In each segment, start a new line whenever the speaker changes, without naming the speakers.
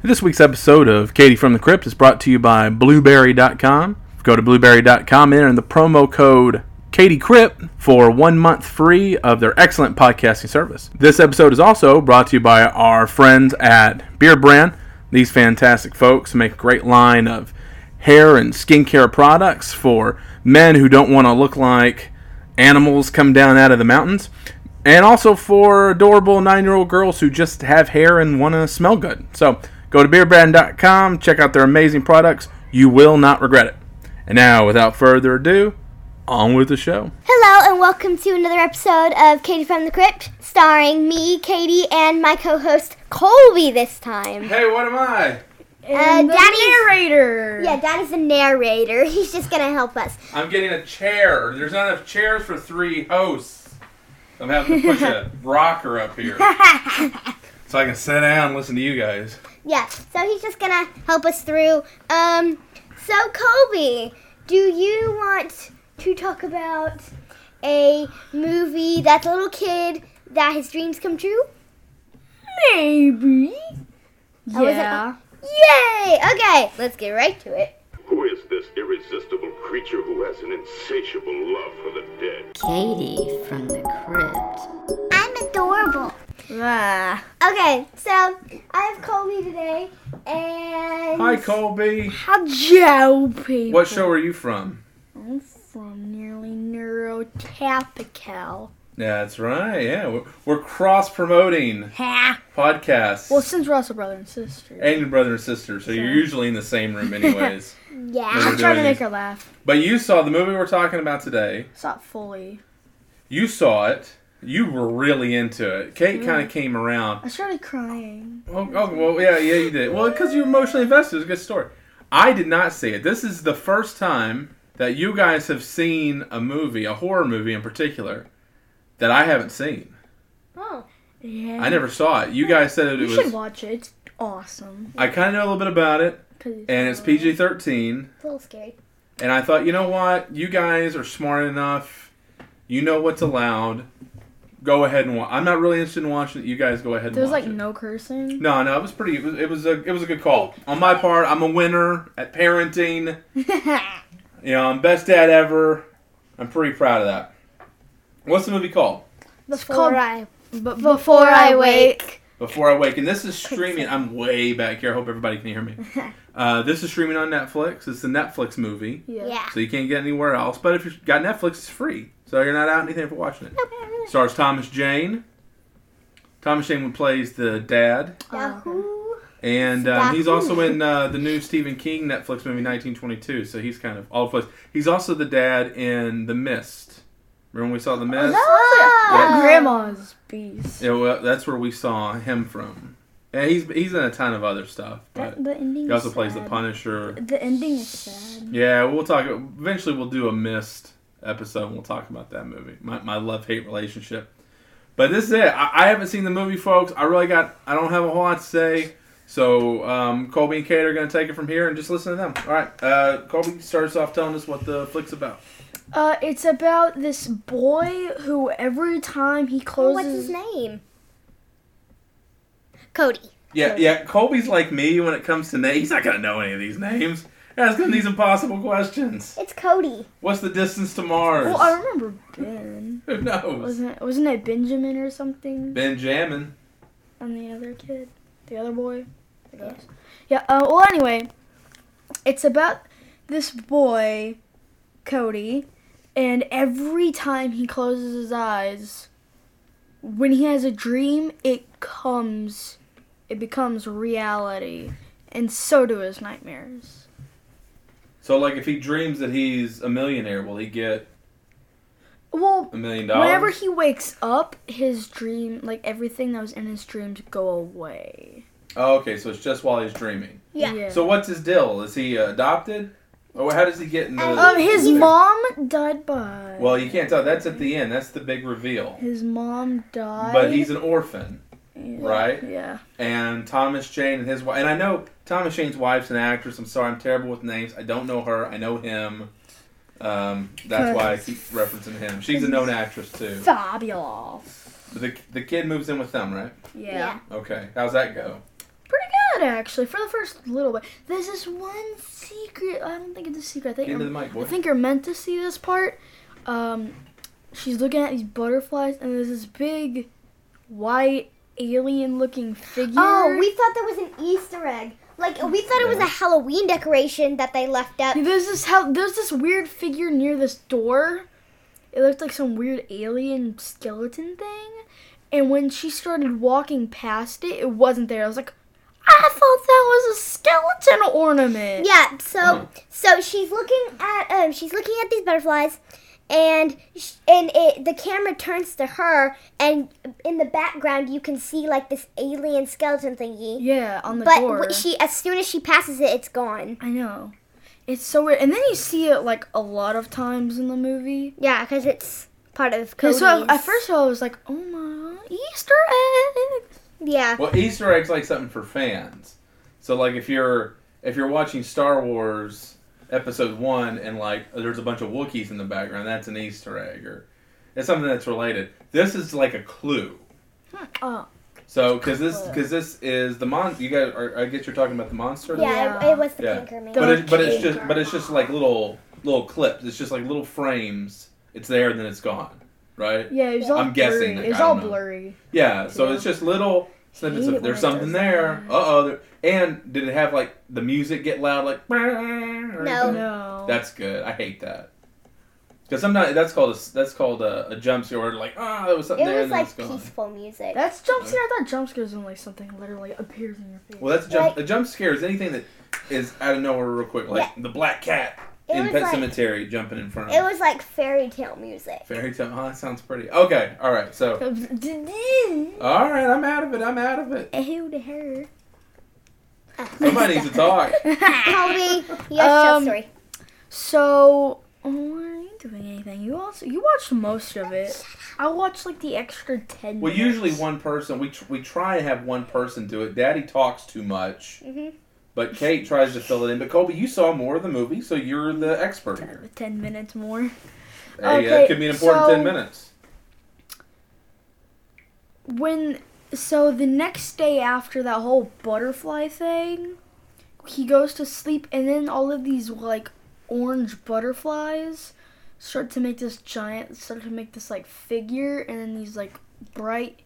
This week's episode of Katie from the Crypt is brought to you by Blueberry.com. Go to Blueberry.com and enter the promo code Katie Crypt for one month free of their excellent podcasting service. This episode is also brought to you by our friends at Beard Brand. These fantastic folks make a great line of hair and skincare products for men who don't want to look like animals come down out of the mountains, and also for adorable nine year old girls who just have hair and want to smell good. So go to beerbrand.com, check out their amazing products. You will not regret it. And now, without further ado, on with the show.
Hello and welcome to another episode of Katie from the Crypt, starring me, Katie, and my co-host Colby this time.
Hey, what am I?
And the
narrator.
Yeah, Daddy's the narrator. He's just gonna help us.
I'm getting a chair. There's not enough chairs for three hosts. I'm having to push a rocker up here so I can sit down and listen to you guys.
Yeah, so he's just gonna help us through. Um, so Colby, do you want to talk about a movie that's a little kid that his dreams come true?
Maybe.
Yeah. Yay! Okay, let's get right to it.
Who is this irresistible creature who has an insatiable love for the dead?
Katie from the crypt.
I'm adorable.
Ah.
Okay, so I have Colby today, and
Hi, Colby.
How joe people.
What show are you from?
I'm from nearly neurotapical.
That's right. Yeah, we're, we're cross promoting
Ha.
podcasts
Well, since we're also brother and sister.
and your brother and sister, so you're usually in the same room, anyways.
yeah,
Maybe.
I'm trying to make her laugh.
but you saw the movie we're talking about today.
It's not fully.
You saw it. You were really into it.
Mm.
Kate kind of came around.
I started crying.
Oh, oh, well, yeah, yeah, you did. Well, because you were emotionally invested. It was a good story. I did not see it. This is the first time that you guys have seen a movie, a horror movie in particular, that I haven't seen.
Oh,
Yeah.
I never saw it. You guys said it
Mm. You
was.
should watch it. It's awesome.
I kind of know a little bit about it,
'Cause
and it's PG 13.
it's a little scary.
And I thought, you know what? You guys are smart enough. You know what's allowed. Go ahead and watch. I'm not really interested in watching it. You guys go ahead and
There was
watch
like
it.
no cursing.
No, no, it was pretty. It was, it was a it was a good call on my part. I'm a winner at parenting. You know, I'm best dad ever. I'm pretty proud of that. What's the movie called?
Before
Called-
But
Before I wake.
Before I Wake, and this is streaming. I'm way back here. I hope everybody can hear me. Uh, this is streaming on Netflix. It's the Netflix movie,
Yeah.
Yeah.
so you can't get anywhere else. But if you've got Netflix, it's free, so you're not out anything for watching it. Stars Thomas Jane. Thomas Jane plays the dad.
Oh, Yahoo!
And um, he's
Stahu.
also in uh, the new Stephen King Netflix movie 1922, so he's kind of all over the place. He's also the dad in The Mist. Remember when we saw The Mist?
At
Oh.
grandma's beast.
Yeah, well, that's where we saw him from. And he's he's in a ton of other stuff, but
That- the ending.
he also
is
plays The
sad.
Punisher.
The ending is sad.
Yeah, we'll talk. Eventually, we'll do a Mist episode, and we'll talk about that movie. My, my love hate relationship. But this is it. I, I haven't seen the movie, folks. I really got. I don't have a whole lot to say. So um, Colby and Kate are going to take it from here and just listen to them. All right, uh, Colby starts off telling us what the flick's about.
Uh, it's about this boy who every time he
Oh,
closes.
what's his name? Cody.
Yeah, yeah. Colby's like me when it comes to names. He's not going to know any of these names. Ask him these impossible questions.
It's Cody.
What's the distance to Mars?
Well, I remember Ben.
Who knows?
Wasn't it, wasn't it Benjamin or something?
Benjamin.
And the other kid, the other boy. I guess. Yeah. Uh, well, anyway, it's about this boy, Cody, and every time he closes his eyes, when he has a dream, it comes, it becomes reality, and so do his nightmares.
So, like, if he dreams that he's a millionaire, will he get
Well,
a million dollars?
whenever he wakes up, his dream, like everything that was in his dreams, go away.
Oh, okay, so it's just while he's dreaming.
Yeah.
So what's his deal? Is he uh, adopted? Or how does he get in the...
Um,
Um, his mom died by.
Well, you can't tell. That's at the end. That's the big reveal.
His mom died.
But he's an orphan,
Yeah.
right?
Yeah.
And Thomas Jane and his wife... And I know Thomas Jane's wife's an actress. I'm sorry, I'm terrible with names. I don't know her. I know him. Um, that's why I keep referencing him. She's a known actress, too.
Fabulous.
The, the kid moves in with them, right?
Yeah.
Yeah.
Okay, how's that go?
Pretty good actually for the first little bit. There's this one secret. I don't think it's a secret. I think
Into
I'm-
the mic, boy.
I think you're meant to see this part. Um, she's looking at these butterflies, and there's this big white alien-looking figure.
Oh, we thought that was an Easter egg. Like we thought it was a Halloween decoration that they left up.
There's this how there's this weird figure near this door. It looked like some weird alien skeleton thing. And when she started walking past it, it wasn't there. I was like, I thought that was a skeleton ornament.
Yeah. So
Mm-hmm.
so she's looking at um she's looking at these butterflies, and sh- and it the camera turns to her, and in the background you can see like this alien skeleton thingy.
Yeah, on the
But
door.
w- she as soon as she passes it, it's gone.
I know. It's so weird. And then you see it like a lot of times in the movie.
Yeah, because it's part of
And
Cody's.
so I- at first I was like, oh my, Easter eggs.
yeah.
Well, Easter eggs like something for fans. So like if you're if you're watching Star Wars Episode One and like there's a bunch of Wookiees in the background, that's an Easter egg or it's something that's related. This is like a clue.
Oh,
So because this because this is the mon you guys are, I guess you're talking about the monster.
yeah, It,
Yeah.
it was the
Yeah.
Pinkerman.
But it, but it's just but it's just like little little clips. It's just like little frames. It's there and then it's gone. Right.
yeah, it was all
I'm guessing,
blurry.
like,
it was
I
all
don't know.
blurry.
Yeah, so
Yeah.
it's just little snippets of
Hate it
there's
when it
something
does
there. Uh
that.
oh. There, and did it have like the music get loud like?
No.
No.
That's good. I hate that. Because sometimes that's called a s- that's called a, a jump scare or like ah there was something there
It was
and then it's
like
gone.
peaceful music.
That's jump scare. I thought jump scares when like something literally appears in your face.
Well, that's a jump.
Like-
a jump scare is anything that is out of nowhere real quick, like the black cat
It
in
was
Pet
like-
Cemetery jumping in front of
It was like fairy tale music.
fairy tale. Oh, that sounds pretty. Okay, all right. So all right, I'm out of it. I'm out of it.
Who to her?
Somebody needs to talk.
Cody, your show
Um,
story.
so, oh, are you doing anything? You also you watched most of it. I watched like the extra ten.
Well,
minutes.
usually one person. We tr- we try and have one person do it. Daddy talks too much,
Mm-hmm.
Mhm.
but Kate tries to fill it in. But Colby, you saw more of the movie, so you're the expert here.
ten minutes more.
Hey,
Oh, Okay,
that could be an important
so-
ten minutes.
When so the next day after that whole butterfly thing, he goes to sleep, and then all of these like orange butterflies start to make this giant start to make this like figure, and then these like bright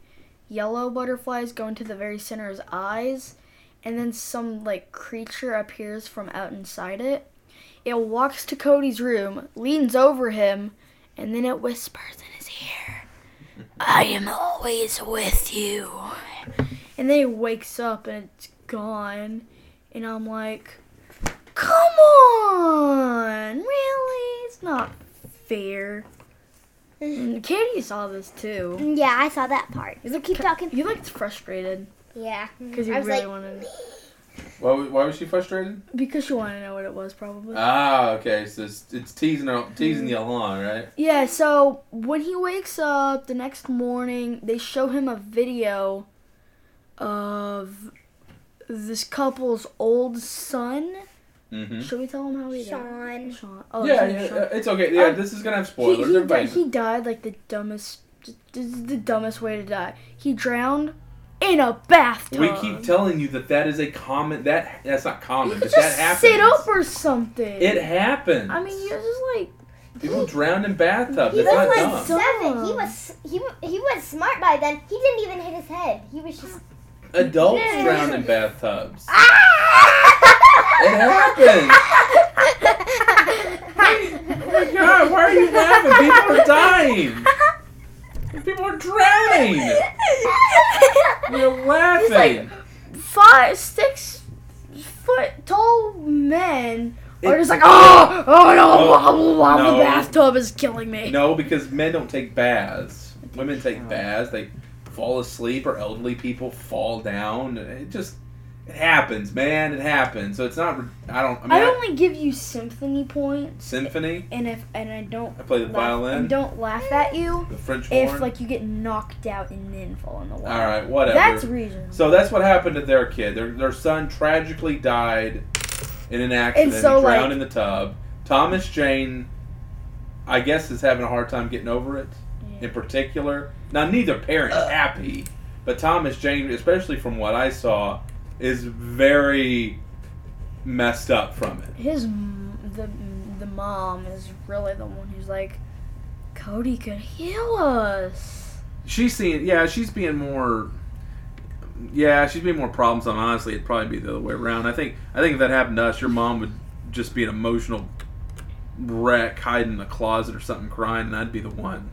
yellow butterflies go into the very center of his eyes, and then some like creature appears from out inside it. It walks to Cody's room, leans over him, and then it whispers in his ear, I am always with you. And then he wakes up and it's gone. And I'm like, Come on! Really? It's not fair. And Katie saw this too.
Yeah, I saw that part. So keep talking.
You looked frustrated
Yeah.
because you
I was
really
like,
wanted
Why, w- why was she frustrated?
because you wanted to know what it was probably.
Ah, okay. So it's, it's teasing her,
Mm-hmm.
teasing you along, right?
Yeah, so when he wakes up the next morning, they show him a video of this couple's old son.
Mm-hmm.
Should we tell him how he
Sean.
died? Sean. Oh,
yeah,
his name's
yeah,
Sean.
uh, it's okay. Yeah,
Um,
this is gonna have
He,
spoilers.
he
Everybody,
died, he died like the dumbest. This is the dumbest way to die. He drowned in a bathtub.
we keep telling you that that is a common. That that's not
You
common,
could
but
just
that happens.
sit up or something.
It happens.
I mean, you're just like
people drown in bathtubs.
He
It's
was
not
like
dumb.
seven.
Oh.
He was he wa- he was smart by then. He didn't even hit his head. He was just.
Adults
Yeah.
drown in bathtubs. It
Ah!
happens. Oh my god, why are you laughing? People are dying. People are drowning. You're laughing.
five, six foot tall men are
It-
just like, oh, oh no,
Oh,
I'm-
no.
the bathtub is killing me.
No, because men don't take baths. Women take baths. They fall asleep, or elderly people fall down. It just it happens, man. It happens. So it's not. re- I don't. I mean,
I only give you symphony points,
symphony.
and if and I don't
I play the
laugh,
violin,
and don't laugh at you
the French
if
horn.
like you get knocked out and then fall in the water.
All right, whatever.
That's reasonable.
so that's what happened to their kid. Their, their son tragically died in an accident.
so,
he drowned
like-
in the tub. Thomas Jane, I guess, is having a hard time getting over it. in particular. Now, neither parent's happy, but Thomas Jane, especially from what I saw, is very messed up from it.
His m- the the mom is really the one who's like, Cody could heal us.
She's seeing, yeah, she's being more. Yeah, she's being more problems on. Honestly, it'd probably be the other way around. I think. I think if that happened to us, your mom would just be an emotional wreck, hiding in a closet or something, crying, and I'd be the one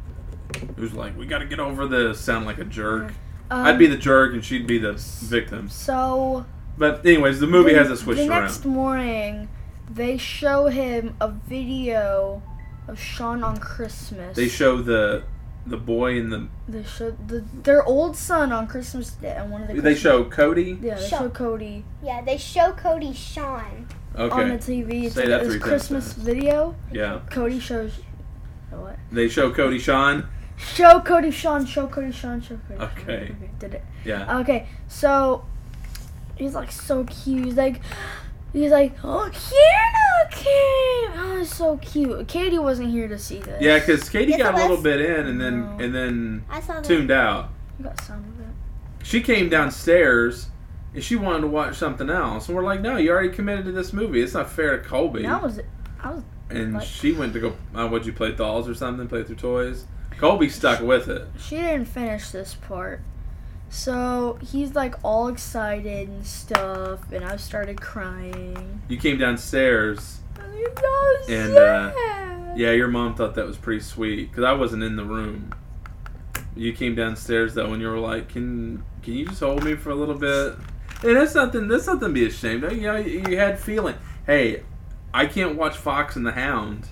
who's like, "We got to get over this." Sound like a jerk.
Um,
I'd be the jerk, and she'd be the victim.
so.
But anyways, the movie
the-
has it switched
The
around.
next morning, they show him a video of Sean on Christmas.
They show the the boy and the
They show the, their old son on Christmas Day. And one of the
they
Christmas-
show Cody.
yeah they
Sean.
show Cody
Yeah, they show Cody Sean.
on the
Okay,
TV. It's
Say
like
that
this
three times
Christmas
fast.
video.
yeah.
Cody shows. oh, What?
They show Cody Sean.
Show Cody Sean. Show Cody Sean. Show Cody. Sean.
Okay.
Did it.
Yeah.
Okay. So he's like so cute. He's like. He's like, oh, Kieran came. Oh, it's so cute. Katie wasn't here to see this.
Yeah, because Katie
Yes,
got a little
Celeste.
bit in and then
No.
and then
I saw that.
tuned out.
You got some of it.
She came downstairs and she wanted to watch something else, and we're like, "No, you already committed to this movie. It's not fair to Colby."
That was it. I was.
and
like-
she went to go. Uh, what'd you play dolls or something? Play through toys. Colby stuck with it.
She didn't finish this part. So he's like all excited and stuff, and I started crying.
You came downstairs.
And he's so
And, uh,
sad.
Yeah, your mom thought that was pretty sweet because I wasn't in the room. You came downstairs though, and you were like, "Can can you just hold me for a little bit?" And that's nothing. That's nothing to be ashamed of. You know, you, you had feeling. Hey, I can't watch Fox and the Hound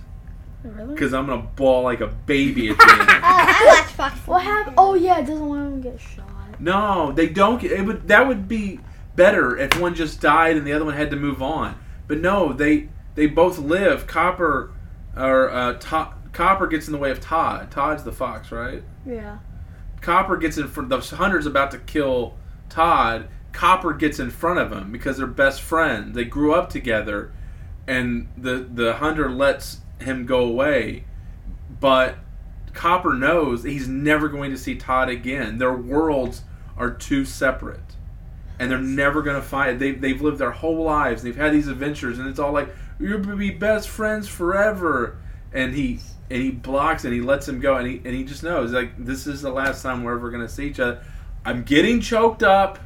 Really?
because I'm gonna bawl like a baby at the
Oh, I watched Fox.
What happened? Oh yeah, doesn't one of them get shot?
end. No, they don't. get- It would that would be better if one just died and the other one had to move on. But no, they they both live. Copper or uh, to, Copper gets in the way of Todd. Todd's the fox, right?
Yeah.
Copper gets in front. The hunter's about to kill Todd. Copper gets in front of him because they're best friends. They grew up together, and the the hunter lets him go away. But Copper knows he's never going to see Todd again. Their worlds are too separate, and they're never going to fight. They they've lived their whole lives. They've had these adventures, and it's all like you're gonna be best friends forever. And he and he blocks and he lets him go, and he and he just knows like this is the last time we're ever going to see each other. I'm getting choked up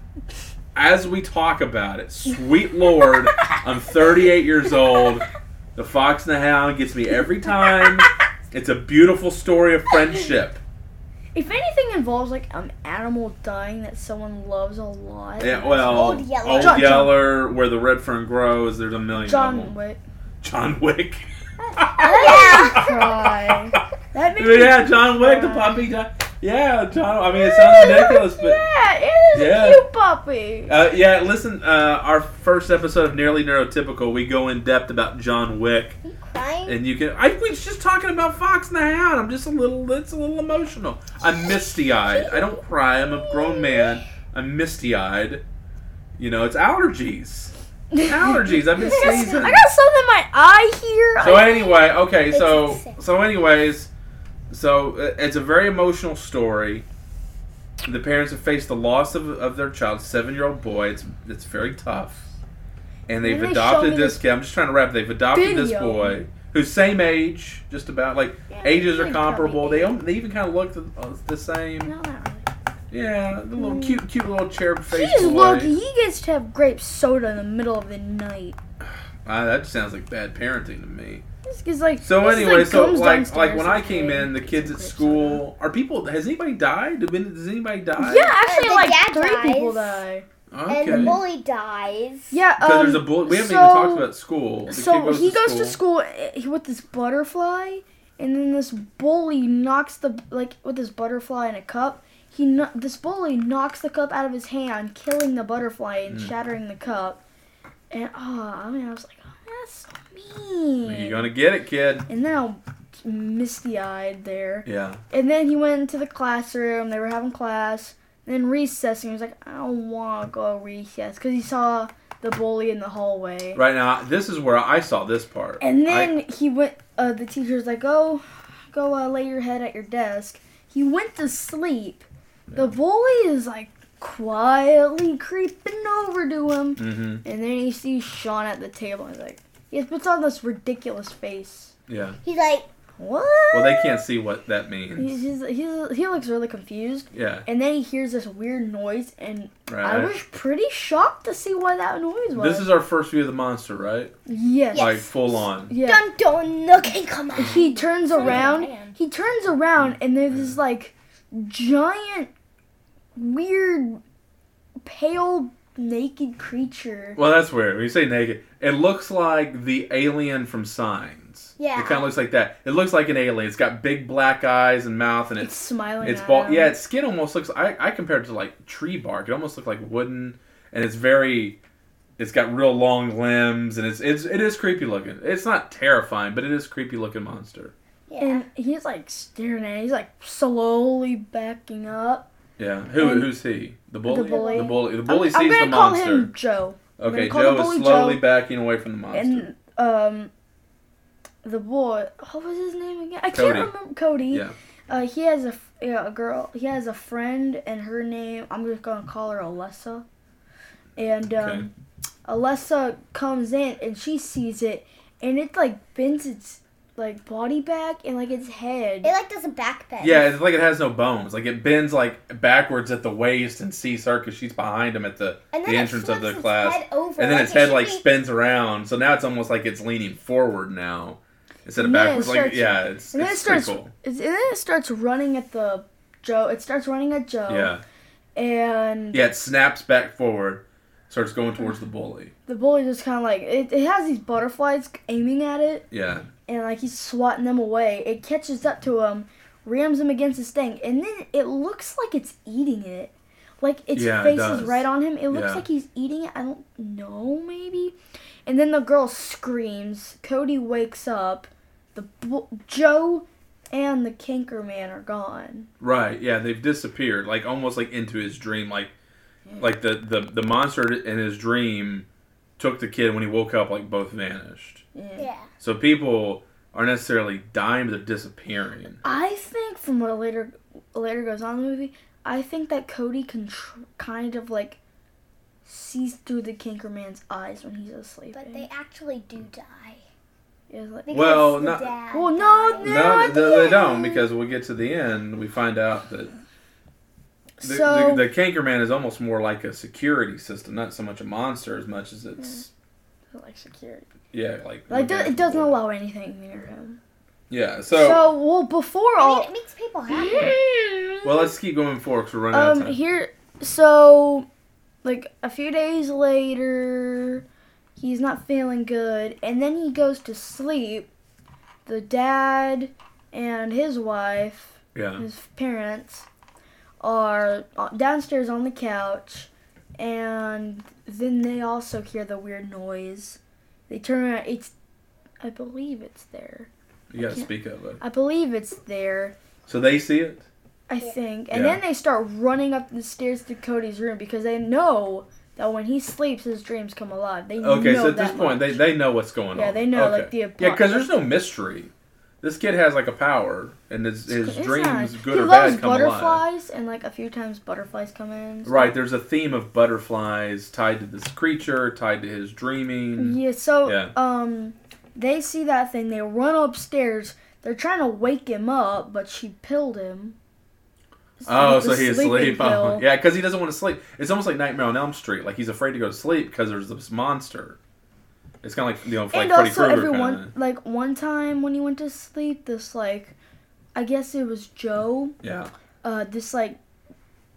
as we talk about it. Sweet Lord, I'm 38 years old. The Fox and the Hound gets me every time. It's a beautiful story of friendship.
If anything involves like an animal dying that someone loves a lot.
Yeah, well,
Old Yeller.
Old
John-
Yeller, where the red fern grows, there's a million. of
John
them.
Wick.
John Wick.
Oh, yeah.
Cry. That made me.
yeah, John Wick, the puppy. John, yeah, John. I mean, it sounds ridiculous, but
Yeah, it is
Yeah.
a cute puppy.
Uh, yeah, listen, uh, our first episode of Nearly Neurotypical, we go in depth about John Wick,
You crying?
and you can. I was just talking about Fox and the Hound. I'm just a little. It's a little emotional. I'm misty eyed. I don't cry. I'm a grown man. I'm misty eyed. You know, it's allergies. Allergies. I've been
I got
sneezing.
some in my eye here.
So
I-
anyway, okay, so
It's sick.
so anyways, so uh, it's a very emotional story. The parents have faced the loss of, of their child, seven year old boy. It's it's very tough, and they've
Then they showed
adopted
me
this
this
kid. I'm just trying to wrap. They've adopted this
video.
boy who's same age, just about like
Yeah,
ages are
like
comparable.
probably
They om- they even kind of look the, uh, the same.
No, Mm. not really.
Yeah, the little cute cute little cherub face
He's lucky.
boy.
He gets to have grape soda in the middle of the night.
Ah, that sounds like bad parenting to me.
This is like
So
this is
anyway, so
comes
like
downstairs
like when
and
I came in, the
gets
kids
some
at
grape
school are people. Has anybody died? Did- when- Does anybody die?
soda. Yeah, actually,
the
like
dad
three people
dies.
die.
Okay.
And the bully dies.
Yeah, um,
Because there's a bully. We haven't even
so-
talked about school. The
So
kid
he goes to school eh, with this butterfly, and then this bully knocks the like with this butterfly in a cup. He kno- this bully knocks the cup out of his hand, killing the butterfly and shattering the cup. And oh, I mean, I was like, oh, that's so mean.
You're gonna get it, kid.
and then I'm misty-eyed there.
Yeah.
And then he went into the classroom. They were having class. Then recess, and he was like, I don't want to go recess because he saw the bully in the hallway.
Right now, this is where I saw this part.
And then he went. Uh, the teacher was like, "Oh, "Go, go, uh, lay your head at your desk." He went to sleep. The bully is like quietly creeping over to him.
Mm-hmm.
And then you see Sean at the table. He's like, he puts on this ridiculous face.
Yeah.
He's like,
What?
Well, they can't see what that means.
He's, he's, he's, he looks really confused.
Yeah.
And then he hears this weird noise, and I
Right.
was pretty shocked to see what that noise was.
This is our first view of the monster, right?
yes.
Yeah.
Like full on.
Yeah.
dun dun, look and come on.
He turns
man.
around. He turns around, and there's this like giant, weird, pale, naked creature.
Well, that's weird. When you say naked, it looks like the alien from Signs.
Yeah.
It kind of looks like that. It looks like an alien. It's got big black eyes and mouth, and
It's
it's
smiling.
it's
at
ball.
him.
Yeah, its skin almost looks. I I compared it to like tree bark. It almost looked like wooden, and it's very. It's got real long limbs, and it's it's it is creepy looking. It's not terrifying, but it is creepy looking monster.
Yeah.
And he's like staring at. It. He's like slowly backing up.
Yeah. Who
And-
who's he? The bully.
bully.
The bully. The bully
I'm,
sees
I'm gonna
the
call
monster.
him Joe. I'm
Okay,
gonna call the
Joe is
bully
slowly
Joe.
backing away from the monster.
And um, the boy. What was his name again? I
Cody.
can't remember. Cody.
Yeah.
Uh, he has a f- yeah, a girl. He has a friend, and her name. I'm just gonna call her Alessa. And um,
Okay.
Alessa comes in, and she sees it, and it like bends its like body back and like its head.
It like does a backpack.
Yeah, it's like it has no bones. Like it bends like backwards at the waist and sees her because she's behind him at the,
And then
the
it
entrance of
flips
the
its
class.
head over,
and then
like
its
it
head
should
like
be-
spins around. So now it's almost like it's leaning forward now instead of
And then it
backwards. Like
starts-
yeah, it's,
and then it
it's pretty
starts.
cool.
it's- and then it starts running at the Joe. It starts running at Joe.
Yeah,
And
yeah, it snaps back forward, starts going towards the bully.
the bully just kind of like it, it has these butterflies aiming at it.
Yeah,
and like he's swatting them away. It catches up to him, rams him against his thing, and then it looks like it's eating it. Like its
Yeah, it
face
does.
is right on him. It looks
Yeah.
like he's eating it. I don't know, maybe. And then the girl screams. Cody wakes up. The bu- Joe and the Kinker Man are gone.
right. Yeah, they've disappeared. Like almost like into his dream. Like like the the the monster in his dream took the kid when he woke up. Like both vanished.
Yeah.
So people aren't necessarily dying, but they're disappearing.
I think from what later later goes on in the movie, I think that Cody can tr- kind of like sees through the Kinker Man's eyes when he's asleep.
But they actually do die.
It was like-
Because
Well,
the
not-
dad
Well, no,
died.
no.
No,
at
th-
the
they
end.
don't, because we get to the end, we find out that the,
so
the, the canker man is almost more like a security system, not so much a monster as much as it's
like security,
yeah, like
Mm. like
looking
do-
after
it doesn't
people.
allow anything near him.
Yeah,
So,
so,
well, before
I mean,
all,
it makes people happy.
well, let's keep going forward because we're running out of
um,
time.
here, so like a few days later, he's not feeling good, and then he goes to sleep. The dad and his wife
yeah,
his parents are uh, downstairs on the couch and then they also hear the weird noise they turn around it's i believe it's there
you gotta speak up. bud.
i believe it's there
So they see it.
i think and
Yeah.
then they start running up the stairs to cody's room because they know that when he sleeps his dreams come alive they
Okay,
know
so at this
that
point, they,
much.
they know what's going on.
Yeah, they know,
Okay.
like, the
yeah, because there's no mystery. This kid has like a power, and his, his
It's
dreams,
not-
good
he
or
loves
bad, come
butterflies
alive.
and like a few times butterflies come in
Right, there's a theme of butterflies tied to this creature, tied to his dreaming.
Yeah, so
Yeah.
um they see that thing, they run upstairs, they're trying to wake him up, but she pilled him.
Oh,
With
so
the
he's
sleeping
asleep. Oh,
pill.
yeah, because he doesn't want to sleep. It's almost like Nightmare on Elm Street. Like he's afraid to go to sleep because there's this monster. It's kind of like you know, like
and
Freddy
also
Krueger
everyone
kind
like one time when he went to sleep, this like I guess it was Joe,
of. Yeah,
uh this like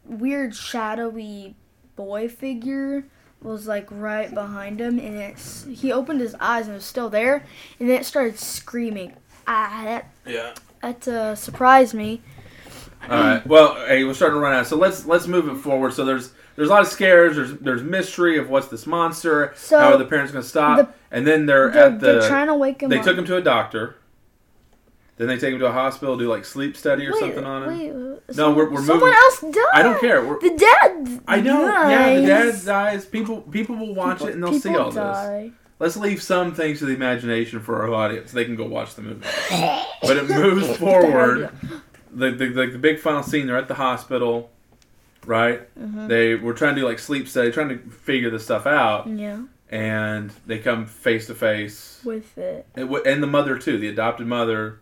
weird shadowy boy figure was like right behind him and it's he opened his eyes and it was still there and then it started screaming. Ah that
yeah.
that uh, surprised me.
All right. Well, hey, we're starting to run out. So let's let's move it forward. So there's there's a lot of scares. There's there's mystery of what's this monster.
So
how are the parents going to stop?
the-
and then they're,
They're,
at the.
they're trying to wake him
they
up.
took him to a doctor. Then they take him to a hospital, do like sleep study or something on him.
Wait, no,
we're- we're
someone
moving-
else died.
I don't care. We're,
The dad.
I know. Yeah,
Dies.
the dad dies. People people will watch it and they'll see all this.
die.
Let's leave some things to the imagination for our audience. They can go watch the movie. but it moves forward. The, the, the, the big final scene. They're at the hospital. right?
Mm-hmm.
They were trying to do like sleep study, trying to figure this stuff out,
Yeah.
and they come face to face,
With it.
and w- and the mother too, the adopted mother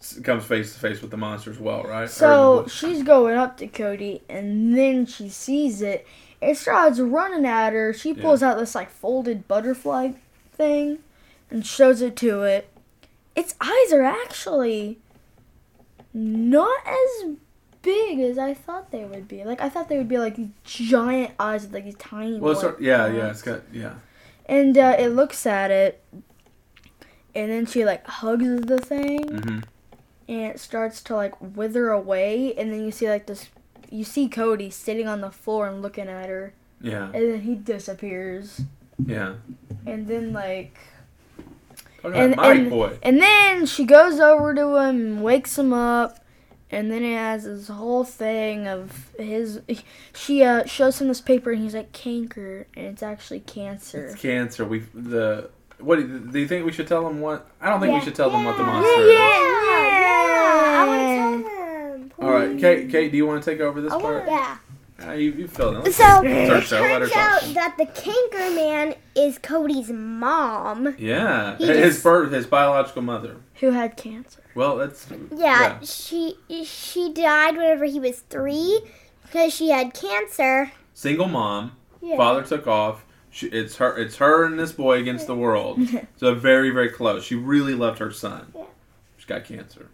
s- comes face to face with the monster as well, right? Or the
So
boy.
she's going up to Cody, and then she sees it. It starts running at her. She pulls out this like folded butterfly thing, and shows it to it. Its eyes are actually not as big as I thought they would be. Like I thought they would be like these giant eyes with like these tiny.
well, it's
white
sort- yeah,
dots.
yeah, it's got yeah.
And uh, it looks at it, and then she like hugs the thing,
Mhm.
and it starts to like wither away. And then you see like this, you see Cody sitting on the floor and looking at her,
Yeah,
and then he disappears.
yeah.
And then like,
Talk about
and
Mike
and,
boy.
and then she goes over to him, and wakes him up, and then it has this whole thing of his. She uh, shows him this paper, and he's like canker, and it's actually cancer.
It's cancer. We the what do you- do you think we should tell them what? I don't think we
Yeah.
should tell them what the
Yeah.
monster is.
yeah, I
yeah.
want to tell them.
All right, Kate. Kate, do you want to take over this
I
part?
Yeah.
Ah, you, you fill in. Let's
So
it's our
it
show, let her
turns out
talk.
that the canker man is Cody's mom.
Yeah,
He
his
just-
birth, his biological mother.
Who had cancer?
Well, that's
Yeah, she she died whenever he was three because she had cancer.
single mom.
Yeah.
Father took off. She, it's her. It's her and this boy against the world. so very, very close. She really loved her son.
Yeah.
She's got cancer.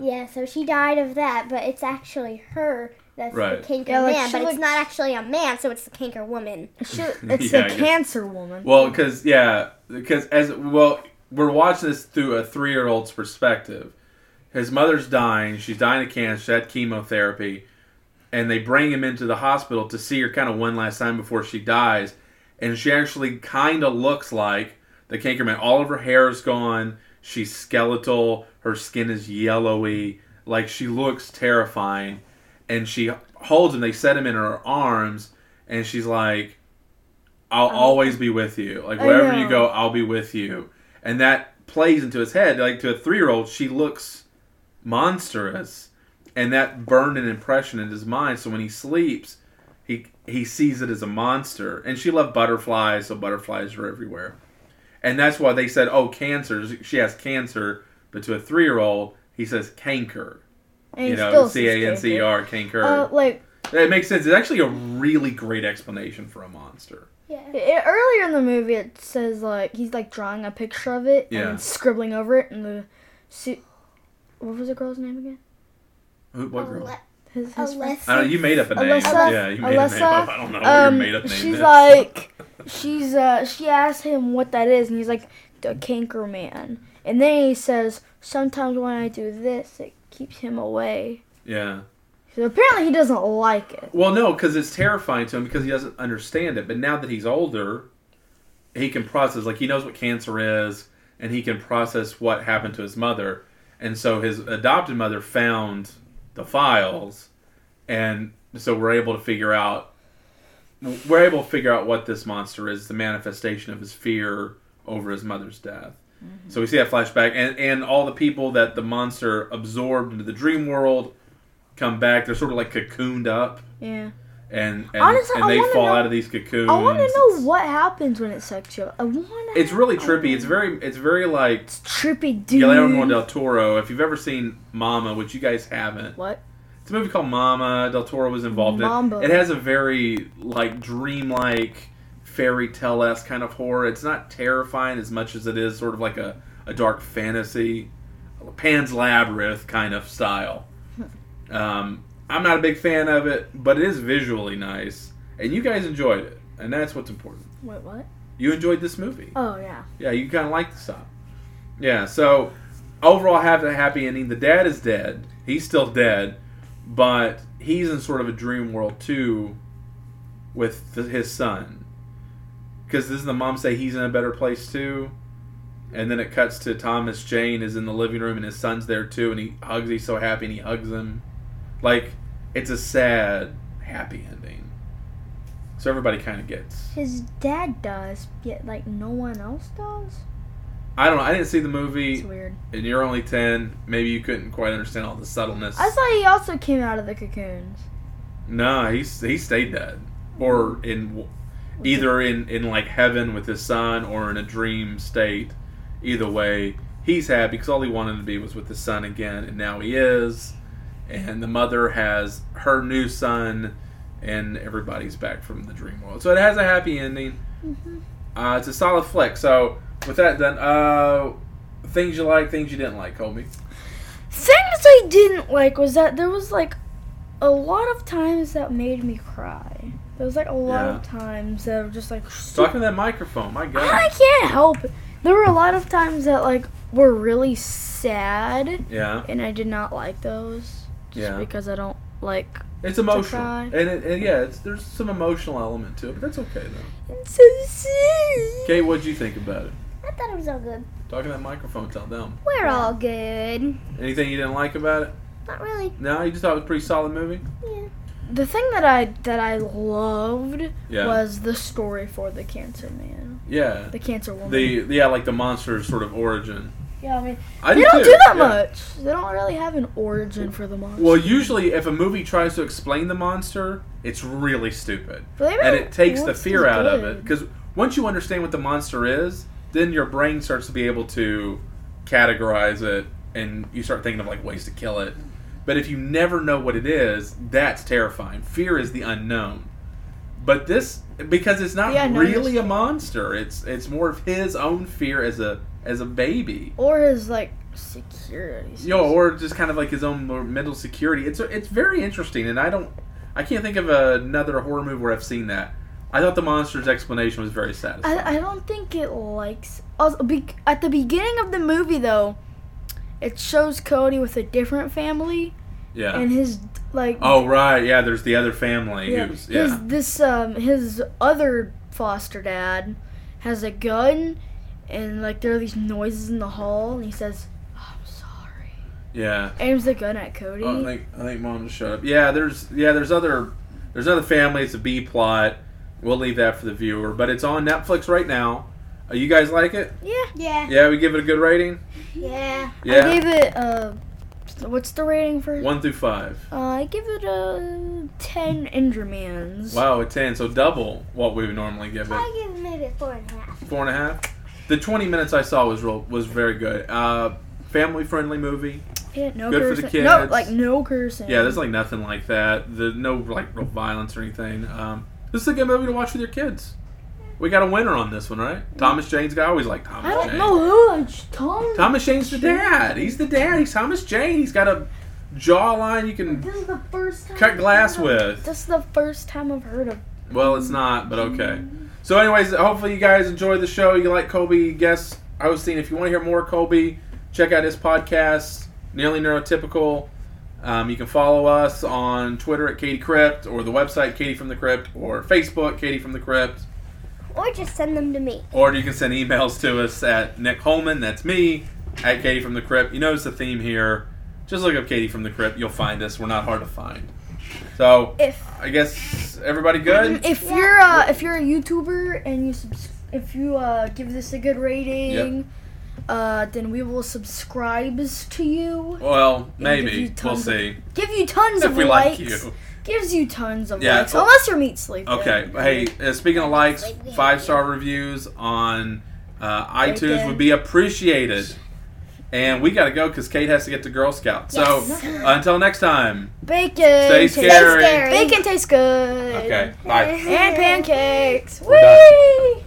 Yeah, so she died of that, but it's actually her that's
Right.
the canker
Yeah, like,
man,
she
but
looks-
it's not actually a man, so it's the canker woman.
She, it's
Yeah, I
the
guess.
cancer woman.
Well, because yeah, because as well, we're watching this through a three-year-old's perspective. His mother's dying. She's dying of cancer. She had chemotherapy, and they bring him into the hospital to see her kind of one last time before she dies. And she actually kind of looks like the canker man. All of her hair is gone. She's skeletal. Her skin is yellowy. Like she looks terrifying. And she holds him. They set him in her arms, and she's like, I'll always be with you. Like
I
wherever you
know.
go, I'll be with you. And that plays into his head. Like to a three year old, she looks monstrous. And that burned an impression in his mind. So when he sleeps, he he sees it as a monster. And she loved butterflies, so butterflies are everywhere. And that's why they said, Oh, cancer she has cancer, but to a three year old, he says canker.
and
you
he
know,
says
C A N C E
cancer.
R canker.
Uh, like
it makes sense. It's actually a really great explanation for a monster.
Yeah.
it, earlier in the movie, it says like he's like drawing a picture of it
Yeah.
and then scribbling over it, and the su- what was the girl's name again?
Who, what girl?
Ale-
His, his friend.
I don't know,
Alyssa.
you made up a name.
Alyssa-
yeah, you made a name
Alyssa,
up. I don't know what
Um,
Oh, your made up name
she's
is.
like, she's uh, she asks him what that is, and he's like, the canker man. And then he says, sometimes when I do this, it keeps him away.
yeah.
So apparently he doesn't like it.
Well, no, because it's terrifying to him because he doesn't understand it. But now that he's older, he can process. Like he knows what cancer is, and he can process what happened to his mother. And so his adopted mother found the files, and so we're able to figure out. We're able to figure out what this monster is, the manifestation of his fear over his mother's death. So we see that flashback, and, and all the people that the monster absorbed into the dream world come back. They're sort of like cocooned up,
Yeah.
and and,
Honestly,
and
I
they
wanna
fall
know-
out of these cocoons.
I want to know what happens when it sucks you up. I want to.
It's really trippy. It's very it's very like
trippy, dude.
Guillermo del Toro. If you've ever seen Mama, which you guys haven't,
what?
it's a movie called Mama. Del Toro was involved
Mambo.
in. it. It has a very like dreamlike fairy tale esque kind of horror. It's not terrifying as much as it is sort of like a, a dark fantasy, Pan's Labyrinth kind of style. Um, I'm not a big fan of it, but it is visually nice, and you guys enjoyed it, and that's what's important.
Wait, what?
You enjoyed this movie.
Oh yeah.
Yeah, you kind of like the stop. Yeah, so overall, I have a happy ending. The dad is dead. He's still dead, but he's in sort of a dream world too with th his son. Because doesn't the mom say he's in a better place too? And then it cuts to Thomas Jane is in the living room and his son's there too, and he hugs. He's so happy and he hugs him. Like it's a sad happy ending. So everybody kind of gets.
His dad does, yet like no one else does.
I don't know. I didn't see the movie.
It's weird.
and you're only 10 maybe you couldn't quite understand all the subtleness
I saw he also came out of the cocoons.
No, he's he stayed dead, or in either in in like heaven with his son or in a dream state. Either way, he's happy because all he wanted to be was with his son again, and now he is. And the mother has her new son, and everybody's back from the dream world. So it has a happy ending. Uh, it's a solid flick. So with that done, uh, things you like, things you didn't like, Colby.
Things I didn't like was that there was like a lot of times that made me cry. There was like a lot of times that were just like
Talking to that microphone, my God.
I can't help it. There were a lot of times that like were really sad,
Yeah,
and I did not like those. Just
Yeah.
because I don't like.
it's emotional,
cry.
and, it, and yeah, it's, there's some emotional element to it, but that's okay though.
It's so sad.
Kate, what'd you think about it?
I thought it was all good.
Talking to that microphone, tell them
We're all good.
anything you didn't like about it.
Not really.
No, you just thought it was a pretty solid movie.
Yeah.
The thing that I that I loved
Yeah,
was the story for the cancer man,
yeah.
the cancer woman.
The yeah, like the monster's sort of origin.
yeah, I mean
I
they don't do that
yeah.
much. They don't really have an origin for the monster.
Well, usually if a movie tries to explain the monster, it's really stupid.
But they
and
really-
it takes the
monster's
fear out of
good.
it because once you understand what the monster is then your brain starts to be able to categorize it and you start thinking of like ways to kill it but if you never know what it is that's terrifying fear is the unknown but this because it's not
The unknown is-
really a monster it's it's more of his own fear as a as a baby
or his like security.
Yo, or just kind of like his own more mental security. It's it's very interesting, and I don't, I can't think of another horror movie where I've seen that. I thought the monster's explanation was very satisfying.
I, I don't think it likes. Also, be, at the beginning of the movie, though, it shows Cody with a different family
yeah.
and his like.
oh right, yeah. There's the other family
yeah,
who's
his
yeah,
this um his other foster dad has a gun, and like there are these noises in the hall, and he says, "I'm sorry,"
yeah.
aims the gun at Cody.
Oh, I think I think mom just shut up. Yeah, there's yeah, there's other there's other family. It's a B plot. We'll leave that for the viewer, but it's on Netflix right now. Uh, you guys like it?
yeah.
Yeah.
Yeah, we give it a good rating.
Yeah.
Yeah,
I gave it uh, what's the rating for?
one through five.
Uh, I give it a ten Endermans.
Wow, a ten, so double what we would normally give it.
I give it a four and a half.
four and a half. The twenty minutes I saw was real, was very good. Uh, family friendly movie.
Yeah, no
Good for the
cursing. No,
kids.
like no cursing.
Yeah, there's like nothing like that. The no like real violence or anything. Um, this is a good movie to watch with your kids. We got a winner on this one, right? Thomas Jane's guy. I always like Thomas
I don't
Jane.
know who I just told.
Thomas Jane's the dad. He's the dad. He's Thomas Jane. He's got a jawline you can
This is the first time.
cut glass with.
This is the first time I've heard of.
Well, it's not, but okay. So, anyways, hopefully you guys enjoy the show. You like Colby guest hosting. If you want to hear more Colby, check out his podcast, Nearly Neurotypical. Um, you can follow us on Twitter at Katie Crypt or the website Katie from the Crypt or Facebook Katie from the Crypt.
Or just send them to me.
Or you can send emails to us at Nick Holman, that's me, at Katie from the Crypt. You notice the theme here. Just look up Katie from the Crypt. You'll find us. We're not hard to find. So,
If
I guess everybody good?
if you're uh, if you're a YouTuber and you subs- if you uh, give this a good rating, uh, then we will subscribes to you.
Well,
give you
maybe. We'll
tons of-
see.
Give you tons
If
of
we like
likes.
you.
Gives you tons of
Yeah,
likes.
well-
Unless you're meat sleep.
Okay. Hey, uh, speaking of likes, five star reviews on uh, iTunes
there.
would be appreciated. And we got to go because Kate has to get to Girl Scout. So until next time,
Bacon.
stay
tastes-
scary.
scary.
Bacon tastes good.
Okay. Bye.
And pancakes.
We're done.
Whee!